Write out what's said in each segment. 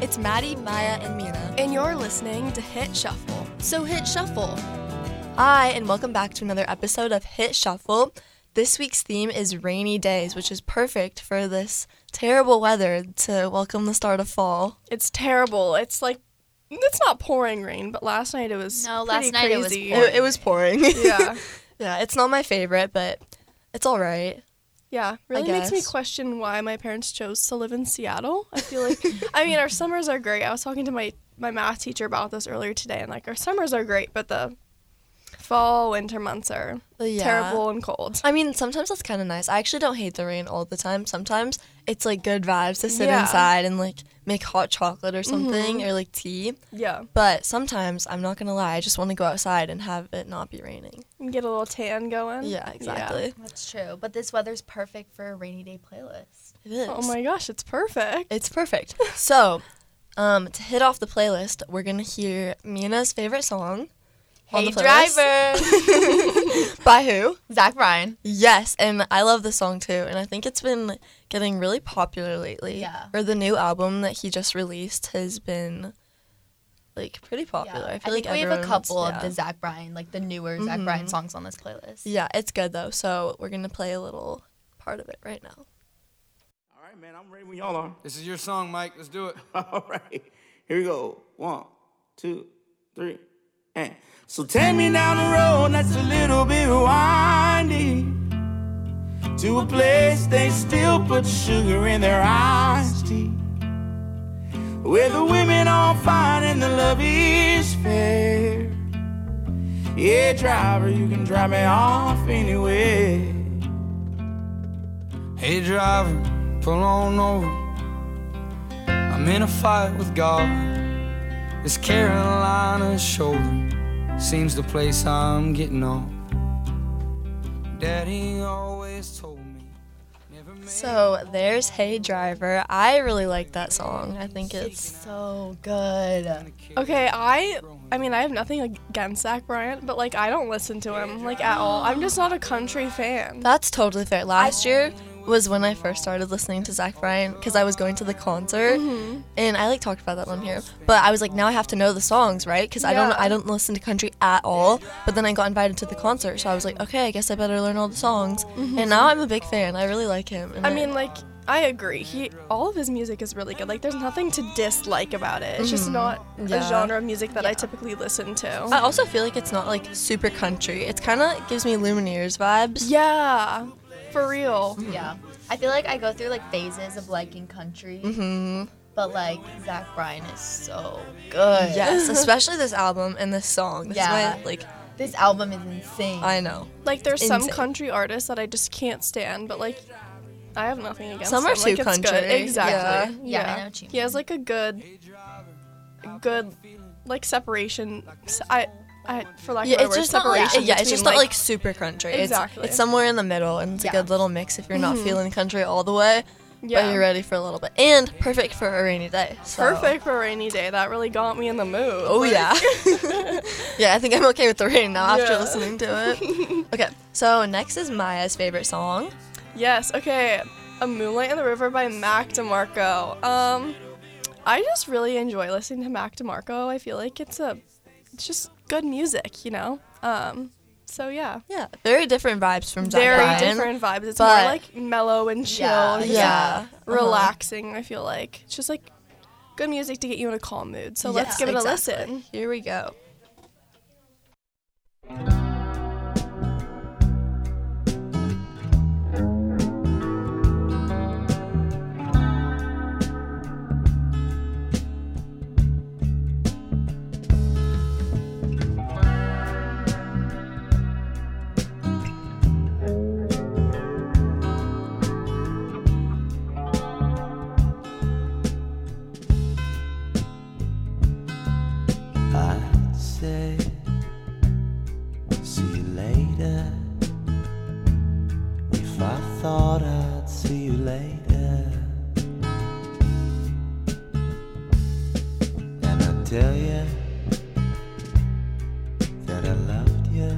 It's Maddie, Maya, and Mina. And you're listening to Hit Shuffle. So hit shuffle. Hi, and welcome back to another episode of Hit Shuffle. This week's theme is rainy days, which is perfect for this terrible weather to welcome the start of fall. It's terrible. It's like it's not pouring rain, but last night it was No, last pretty night it was crazy. pouring. It, it was pouring. yeah, yeah, it's not my favorite, but it's all right. yeah. Really makes me guess. question why my parents chose to live in Seattle. I feel like I mean our summers are great. I was talking to my my math teacher about this earlier today, and like our summers are great, but the fall winter months are But yeah. terrible and cold. I mean, sometimes that's kind of nice. I actually don't hate the rain all the time. Sometimes it's like good vibes to sit Yeah. inside and like make hot chocolate or something Mm-hmm. or like tea. Yeah, But sometimes I'm not gonna lie, I just want to go outside and have it not be raining. You get a little tan Um, going. Yeah, exactly. That's true. But this weather's perfect for a rainy day playlist. It is. Oh my gosh, it's perfect. It's perfect. so, um, to hit off the playlist, we're gonna hear Mina's favorite song Hey, on the playlist. by who? Zach Bryan. Yes, and I love this song too, and I think it's been getting really popular lately. Yeah. Or the new album that he just released has been like pretty popular. I feel think like we have a everyone's- couple yeah. Mm-hmm. of the Zach Bryan, like the newer Zach Bryan songs on this playlist. Yeah, it's good though. So we're gonna play a little part of it right now. All right, man, I'm ready when y'all are. This is your song, Mike. Let's do it. All right, here we go. One, two, three, and. So take me down the road that's a little bit windy to a place they still put sugar in their iced tea, where the women are fine and the love is fair. Yeah, driver, you can drive me off anywhere. Hey, driver, pull on over. I'm in a fight with God. This Carolina shoulder seems the place I'm getting off. Daddy always told me. never make- So there's Hey Driver. I really like that song. I think it's So good. Okay, I I mean I have nothing against Zach Bryant, but like I don't listen to him like at all. I'm just not a country fan. that's totally fair. Last year was when I first started listening to Zach Bryan because I was going to the concert, Mm-hmm. and I like talked about that on here. But I was like, now I have to know the songs, right? Because I don't Yeah. I don't listen to country at all. But then I got invited to the concert, so I was like, okay, I guess I better learn all the songs. And now I'm a big fan. I really like him. and Mm-hmm. I mean like I agree. He all of his music is really good. Like there's nothing to dislike about it. It's just not Yeah. a genre of music that I typically listen to. I also feel like it's not like super country. It's kind of gives me Lumineers vibes. yeah. For real. Yeah. I feel like I go through like phases of liking country. Mm-hmm. But like Zach Bryan is so good. Yes, especially this album and this song. This is Yeah. my like This album is insane. I know. Like there's some Insane. country artists that I just can't stand, but like I have nothing against Some are him. Like, too it's good. country. Exactly. Yeah. Yeah, I know what you He has like a good good like separation s- I I for lack Yeah, of it's a better word, just not like separation yeah, it's between, just not like super country. It's- Exactly. It's, somewhere in the middle, and it's a Yeah. good little mix if you're not feeling country all the way, but yeah. you're ready for a little bit, and perfect for a rainy day. so- Perfect for a rainy day. That really got me in the mood. Oh Like, yeah. yeah, I think I'm okay with the rain now after Yeah. listening to it. okay, so next is Maya's favorite song. Yes. Okay. A Moonlight in the River by Mac DeMarco. Um, I just really enjoy listening to Mac DeMarco. I feel like it's a, it's just good music, you know. Um, so yeah. Yeah, very different vibes from Zac Very Bryan. different vibes. It's but- more like mellow and chill. Yeah, and just Yeah. Uh-huh. Relaxing. I feel like it's just like good music to get you in a calm mood. So let's Yes, give it a exactly. listen. Here we go. I said, see you later. If I thought I'd see you later, and I tell you that I loved you.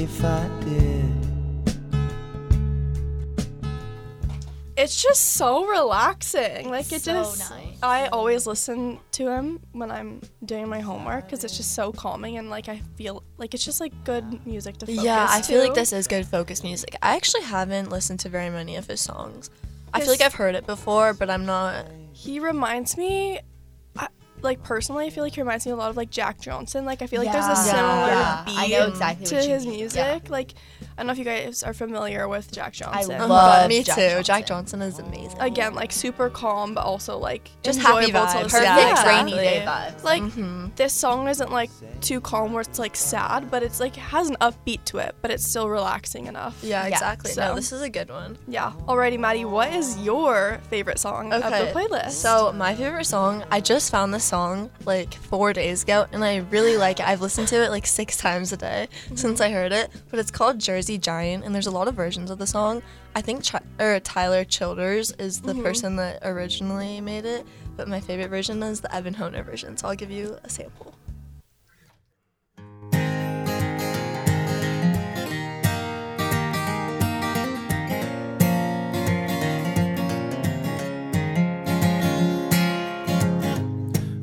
If I did. it's just so relaxing. Like it So just, nice. I always listen to him when I'm doing my homework because it's just so calming and like I feel like it's just like good music to focus yeah, I feel like to. this is good focus music. I actually haven't listened to very many of his songs. I feel His- like I've heard it before, but I'm not. He reminds me, I, like personally, I feel like he reminds me a lot of like Jack Johnson. Like I feel like there's a Yeah. similar Yeah. beat I know exactly to what you his mean. music. Yeah. Like I don't know if you guys are familiar with Jack Johnson. Oh my Love God, me Jack too. Jack Johnson. Johnson is amazing. Again, like super calm, but also like Just happy enjoyable to vibes. listen Perfect to. Yeah, exactly. rainy day vibes. Like this song isn't like too calm where it's like sad, but it's like has an upbeat to it, but it's still relaxing enough. yeah, yeah, exactly. No, so- this is a good one. Yeah. Alrighty, Maddie, what is your favorite song of the playlist? So my favorite song, I just found this song like four days ago, and I really like it. I've listened to it like six times a day since I heard it. But it's called Jersey Giant, and there's a lot of versions of the song. I think Chi- or Tyler Childers is the person that originally made it, but my favorite version is the Evan Honer version. So I'll give you a sample.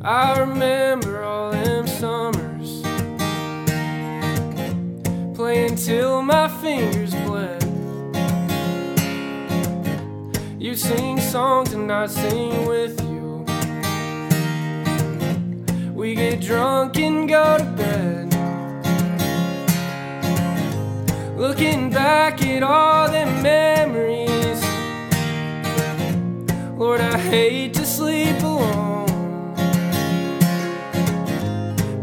I remember all them summers playing till my fingers bled. You sing songs and I sing with you. We get drunk and go to bed. Looking back at all them memories, Lord, I hate to sleep alone.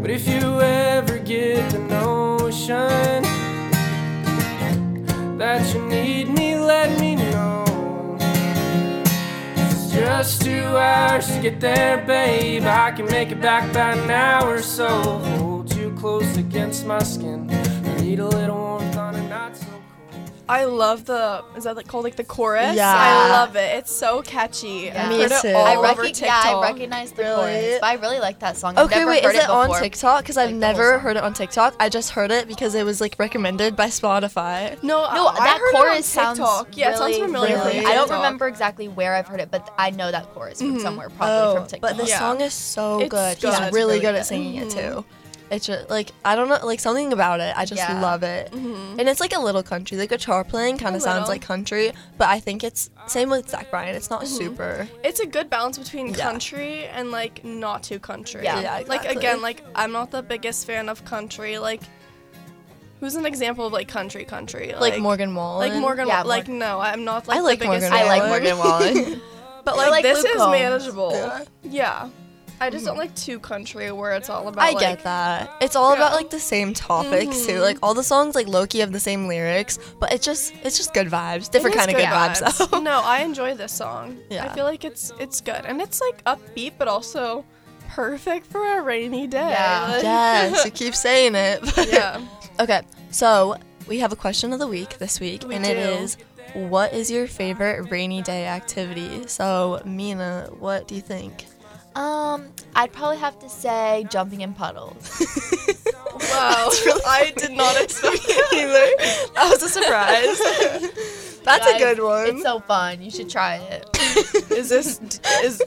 But if you ever get the notion that you need me, let me know. It's just two hours to get there, babe. I can make it back by an hour or so. Hold you close against my skin. I need a little warmth on a night so cold. I love the is that like called like the chorus? Yeah. I love it. It's so catchy. Yeah. I've Me heard too. it all I over recog- yeah, TikTok. I recognize the Really? chorus, but I really like that song. I've Okay, never wait, heard is it, on before. TikTok? Because I've Like the whole never song. heard it on TikTok. I just heard it because it was like recommended by Spotify. No, No, Uh, I that heard chorus it on sounds TikTok. yeah, it sounds really, familiar. from really- I don't TikTok. remember exactly where I've heard it, but I know that chorus from somewhere, probably Oh, from TikTok. but the Yeah. song is so It's good. good. He's Yeah, really, it's really good at good. Mm-hmm. singing it too. It's just, like I don't know, like something about it. I just Yeah. Mm-hmm. love it, and it's like a little country. The guitar playing kind of sounds little. like country, but I think it's same with Zach Bryan. It's Mm-hmm. not super. It's a good balance between Yeah. country and like not too country. Yeah. Yeah, Like exactly. again, like I'm not the biggest fan of country. Like, who's an example of like country country? Like, Morgan Wallen. Like Morgan. Yeah, Wa- like no, I'm not like I like the biggest Morgan fan. I like Wallen. Morgan Wallen. but They're like, like this Luke is Combs. manageable. Yeah. Yeah. I just don't like too country where it's all about. I like, get that. It's all about Yeah. Mm-hmm. like the same topics too. Like all the songs, like Loki, have the same lyrics, but it's just it's just good vibes, different It is kind of good vibes. though. no, I enjoy this song. Yeah. I feel like it's it's good and it's like upbeat, but also perfect for a rainy day. Yeah. Like- yes, you keep saying it. but- yeah. Okay, so we have a question of the week this week, We and it do. is what is your favorite rainy day activity? So, Mina, what do you think? um, I'd probably have to say jumping in puddles. Wow. I did not expect Either. That was a surprise. That's a Guys, good one. It's so fun. You should try it. Is this is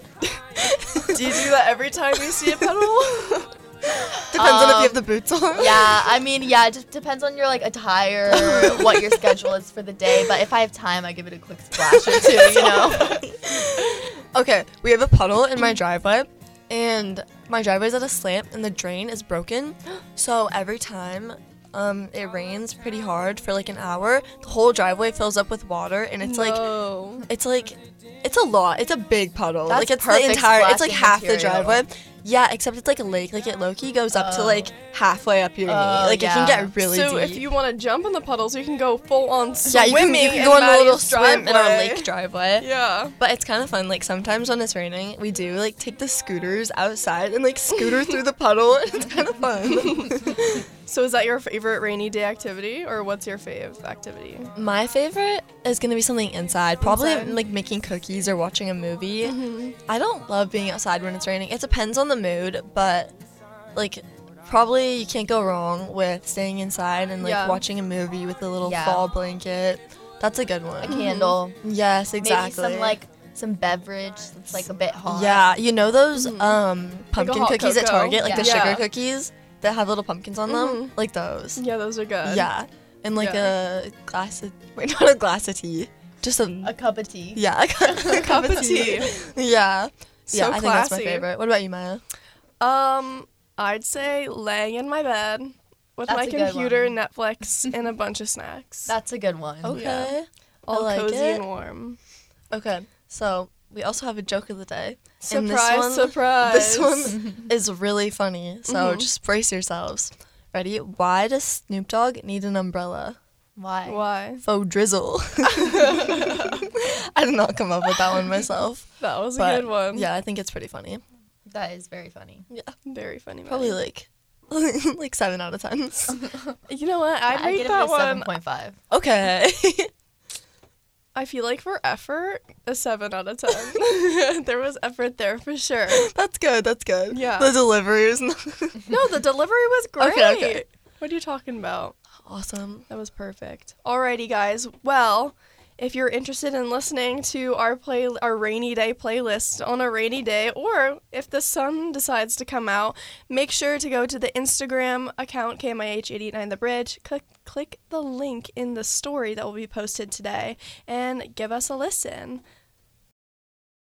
do you do that every time you see a pedal? Depends on if you um, have the boots on. yeah, I mean, yeah, it just depends on your like attire, what your schedule is for the day. But if I have time, I give it a quick splash or two. You know, Okay, we have a puddle in my driveway, and my driveway's at a slant, and the drain is broken. So every time um, it rains pretty hard for like an hour, the whole driveway fills up with water, and it's like no. It's like it's a lot. It's a big puddle. That's like it's the perfect entire. It's like splashing half the material. driveway. Yeah, except it's like a lake. Like it Loki goes up to Oh. like halfway up your knee. Oh, Like it can yeah. get really so deep. if you want to jump in the puddles, you can go full on yeah, swimming. you can, you can in go on a little Maddie's swim in our driveway. lake driveway. Yeah. But it's kind of fun. Like sometimes when it's raining, we do like take the scooters outside and like scooter through the puddle. And it's kind of fun. So is that your favorite rainy day activity, or what's your fave activity? My favorite is gonna be something inside. Mm-hmm. Probably Inside. like making cookies or watching a movie. I don't love being outside when it's raining. It depends on the mood, but like probably you can't go wrong with staying inside and like Yeah. watching a movie with a little Yeah. fall blanket. That's a good one. a candle, Yes, exactly. maybe some like some beverage that's like a bit hot. Yeah, you know those um pumpkin Mm-hmm. hot cookies at cocoa. Target, like the Yeah. sugar Yeah. cookies that have little pumpkins on them, like those. Yeah, those are good. Yeah, and like Yeah. a glass of wait, not a glass of tea, just a, A cup of tea. yeah, a cup, a Cup of tea. yeah, So yeah. I think that's my classy. favorite. What about you, Maya? Um, I'd say laying in my bed with That's my a good computer, one. Netflix, and a bunch of snacks. That's a good one. Okay, I all like Oh, cozy it. and warm. Okay, so we also have a joke of the day. And this Surprise, one- surprise. Mm-hmm. This one is really funny, so just brace yourselves. Ready? Why does Snoop Dogg need an umbrella? Why? Why? Faux drizzle. I did not come up with that one myself. That was but a good one. Yeah, I think it's pretty funny. That is very funny. Very funny. Probably Maddie. like like seven out of ten. You know what? I'd I rate get it that for one. seven point five. okay. I feel like for effort, a seven out of ten. there was effort there for sure. that's good, that's good. Yeah. The delivery was not No, the delivery was great. Okay, okay. What are you talking about? awesome. That was perfect. Alrighty, guys. Well, if you're interested in listening to our play, our rainy day playlist on a rainy day, or if the sun decides to come out, make sure to go to the Instagram account KMIH889 The Bridge. Click click the link in the story that will be posted today, and give us a listen.